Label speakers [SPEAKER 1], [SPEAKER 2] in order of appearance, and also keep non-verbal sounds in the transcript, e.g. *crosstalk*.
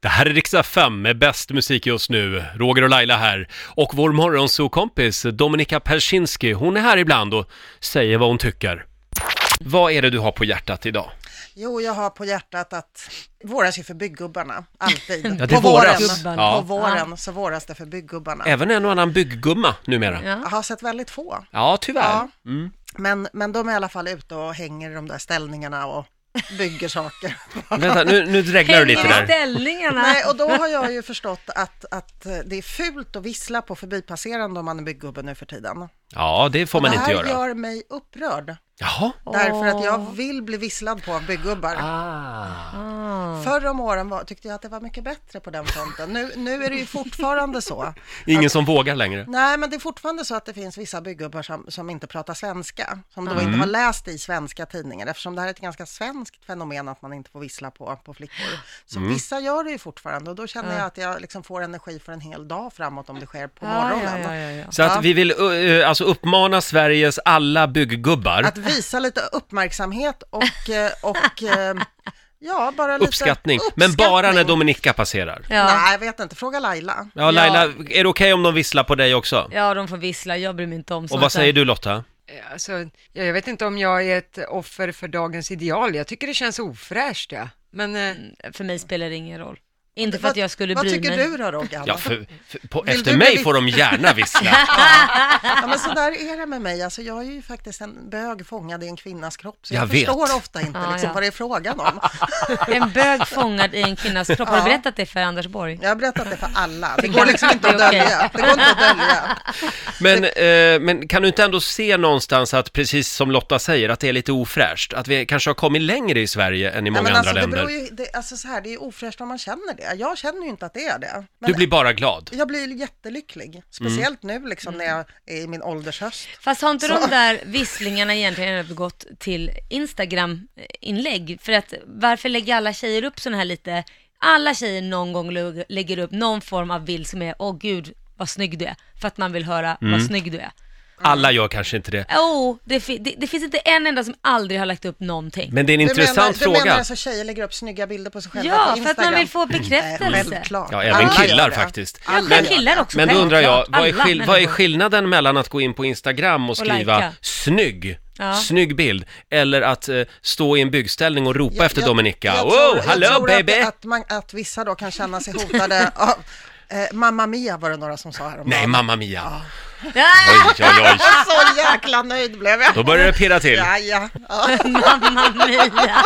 [SPEAKER 1] Det här är Riksa 5 med bäst musik just nu. Roger och Laila här. Och vår morgonsokompis Dominika Persinski, hon är här ibland och säger vad hon tycker. Vad är det du har på hjärtat idag?
[SPEAKER 2] Jo, jag har på hjärtat att våras ju för byggubbarna, alltid.
[SPEAKER 1] *laughs* Ja, det är
[SPEAKER 2] på
[SPEAKER 1] våras.
[SPEAKER 2] våren,
[SPEAKER 1] Ja.
[SPEAKER 2] på våren så våras det för byggubbarna.
[SPEAKER 1] Även en och annan bygggumma numera. Ja,
[SPEAKER 2] Jag har sett väldigt få,
[SPEAKER 1] tyvärr. Mm.
[SPEAKER 2] men, men de är i alla fall ute och hänger i de där ställningarna och
[SPEAKER 1] *laughs*
[SPEAKER 2] bygger saker.
[SPEAKER 1] Vänta, nu, nu dreglar du
[SPEAKER 3] Hänger
[SPEAKER 1] lite
[SPEAKER 3] i
[SPEAKER 1] där.
[SPEAKER 3] ställningarna.
[SPEAKER 2] Nej, och då har jag ju förstått att, att det är fult att vissla på förbipasserande om man är byggubbe nu för tiden.
[SPEAKER 1] Ja, det får man
[SPEAKER 2] det
[SPEAKER 1] inte
[SPEAKER 2] här
[SPEAKER 1] göra.
[SPEAKER 2] gör mig upprörd,
[SPEAKER 1] Jaha.
[SPEAKER 2] därför att jag vill bli visslad på av byggubbar.
[SPEAKER 1] Ah.
[SPEAKER 2] Förr om åren var, tyckte jag att det var mycket bättre på den fronten. Nu, nu är det ju fortfarande så.
[SPEAKER 1] Ingen som vågar längre.
[SPEAKER 2] Nej, men det är fortfarande så att det finns vissa byggubbar som, som inte pratar svenska, som då
[SPEAKER 1] Mm.
[SPEAKER 2] inte har läst i svenska tidningar, eftersom det här är ett ganska svenskt fenomen att man inte får vissla på, på flickor. Så
[SPEAKER 1] Mm.
[SPEAKER 2] vissa gör det ju fortfarande och då känner jag att jag liksom får energi för en hel dag framåt om det sker på morgonen.
[SPEAKER 3] Ja, ja, ja, ja, ja.
[SPEAKER 1] Så att vi vill uh, alltså uppmana Sveriges alla byggubbar
[SPEAKER 2] Att visa lite uppmärksamhet och, eh, och eh, ja, bara lite
[SPEAKER 1] Uppskattning. Men bara när
[SPEAKER 2] uppskattning.
[SPEAKER 1] Dominika passerar.
[SPEAKER 3] Ja.
[SPEAKER 2] Nej, jag vet inte. Fråga Laila.
[SPEAKER 1] Ja, Laila, är det okej om de visslar på dig också?
[SPEAKER 3] ja, de får vissla, jag bryr mig inte om sånt
[SPEAKER 1] Och vad säger
[SPEAKER 3] där.
[SPEAKER 1] du Lotta?
[SPEAKER 4] Alltså, ja, jag vet inte om jag är ett offer för dagens ideal. Jag tycker det känns ofräscht. Ja. Men eh,
[SPEAKER 3] För mig spelar det ingen roll. Inte för
[SPEAKER 2] Vad-
[SPEAKER 3] att jag skulle
[SPEAKER 2] Vad
[SPEAKER 3] bry
[SPEAKER 2] tycker
[SPEAKER 3] mig.
[SPEAKER 2] du då, Rogan?
[SPEAKER 1] Ja, för, för, på,
[SPEAKER 2] Vill
[SPEAKER 1] efter
[SPEAKER 2] du
[SPEAKER 1] mig
[SPEAKER 2] bli-
[SPEAKER 1] får de gärna vissla.
[SPEAKER 2] *laughs* Ja, men så där är det med mig. Alltså, jag är ju faktiskt en bög fångad i en kvinnas kropp, så jag,
[SPEAKER 1] Jag vet.
[SPEAKER 2] förstår ofta inte
[SPEAKER 3] Ja,
[SPEAKER 2] liksom,
[SPEAKER 3] ja.
[SPEAKER 2] vad det är frågan om.
[SPEAKER 3] En bög fångad i en kvinnas kropp. Har du berättat det för Anders Borg?
[SPEAKER 2] Jag har berättat det för alla. Det
[SPEAKER 3] kan-
[SPEAKER 2] går liksom inte att
[SPEAKER 3] det är okej.
[SPEAKER 2] dölja. Det går inte att dölja.
[SPEAKER 1] Men, eh, men kan du inte ändå se någonstans att, precis som Lotta säger, att det är lite ofräscht? Att vi kanske har kommit längre i Sverige än i många
[SPEAKER 2] Nej, men
[SPEAKER 1] andra
[SPEAKER 2] alltså, det,
[SPEAKER 1] länder?
[SPEAKER 2] beror ju, det, alltså, så här, det är ju ofräscht om man känner det. Jag känner ju inte att det är det. Men
[SPEAKER 1] Du blir bara glad.
[SPEAKER 2] Jag blir jättelycklig, speciellt nu liksom, när jag är i min åldershöst.
[SPEAKER 3] Fast har inte
[SPEAKER 2] Så-
[SPEAKER 3] de där visslingarna egentligen övergått till Instagram-inlägg? För att varför lägger alla tjejer upp sådana här lite, alla tjejer någon gång lo- lägger upp någon form av bild som är, åh gud vad snygg du är, för att man vill höra
[SPEAKER 1] Mm.
[SPEAKER 3] vad snygg du är.
[SPEAKER 2] Mm.
[SPEAKER 1] Alla gör kanske inte det.
[SPEAKER 3] Oh, det, fi- det, det finns inte en enda som aldrig har lagt upp någonting.
[SPEAKER 1] Men det är en intressant
[SPEAKER 2] du menar, Du menar
[SPEAKER 1] fråga.
[SPEAKER 2] alltså tjejer lägger upp snygga bilder på sig själva på
[SPEAKER 3] ja, för att
[SPEAKER 2] Instagram?
[SPEAKER 3] man vill få
[SPEAKER 2] Nej,
[SPEAKER 3] bekräftelse.
[SPEAKER 2] självklart.
[SPEAKER 1] Ja, även
[SPEAKER 2] Alla
[SPEAKER 1] killar
[SPEAKER 2] gör det.
[SPEAKER 1] faktiskt.
[SPEAKER 3] Ja,
[SPEAKER 2] Alla
[SPEAKER 3] men
[SPEAKER 2] gör det.
[SPEAKER 3] killar också.
[SPEAKER 1] Men då undrar jag,
[SPEAKER 3] självklart.
[SPEAKER 1] vad är,
[SPEAKER 3] Alla
[SPEAKER 1] skill- vad är
[SPEAKER 3] människor.
[SPEAKER 1] skillnaden mellan att gå in på Instagram och
[SPEAKER 3] Och
[SPEAKER 1] skriva
[SPEAKER 3] lajka.
[SPEAKER 1] “snygg”,
[SPEAKER 3] Ja.
[SPEAKER 1] “snygg bild” eller att eh, stå i en byggställning och ropa efter Dominika?
[SPEAKER 2] jag
[SPEAKER 1] wow,
[SPEAKER 2] tror-
[SPEAKER 1] hallå
[SPEAKER 2] jag tror
[SPEAKER 1] baby!
[SPEAKER 2] Att, att, man, att vissa då kan känna
[SPEAKER 1] *laughs*
[SPEAKER 2] sig hotade av eh, Mamma Mia var det några som sa häromdagen. *laughs*
[SPEAKER 1] Nej, Mamma Mia!
[SPEAKER 3] Ah! *laughs*
[SPEAKER 1] Oj, oj, oj.
[SPEAKER 2] Så jäkla nöjd blev jag.
[SPEAKER 1] Då börjar det pirra till.
[SPEAKER 2] Ja, ja. ja.
[SPEAKER 3] Mamma mia!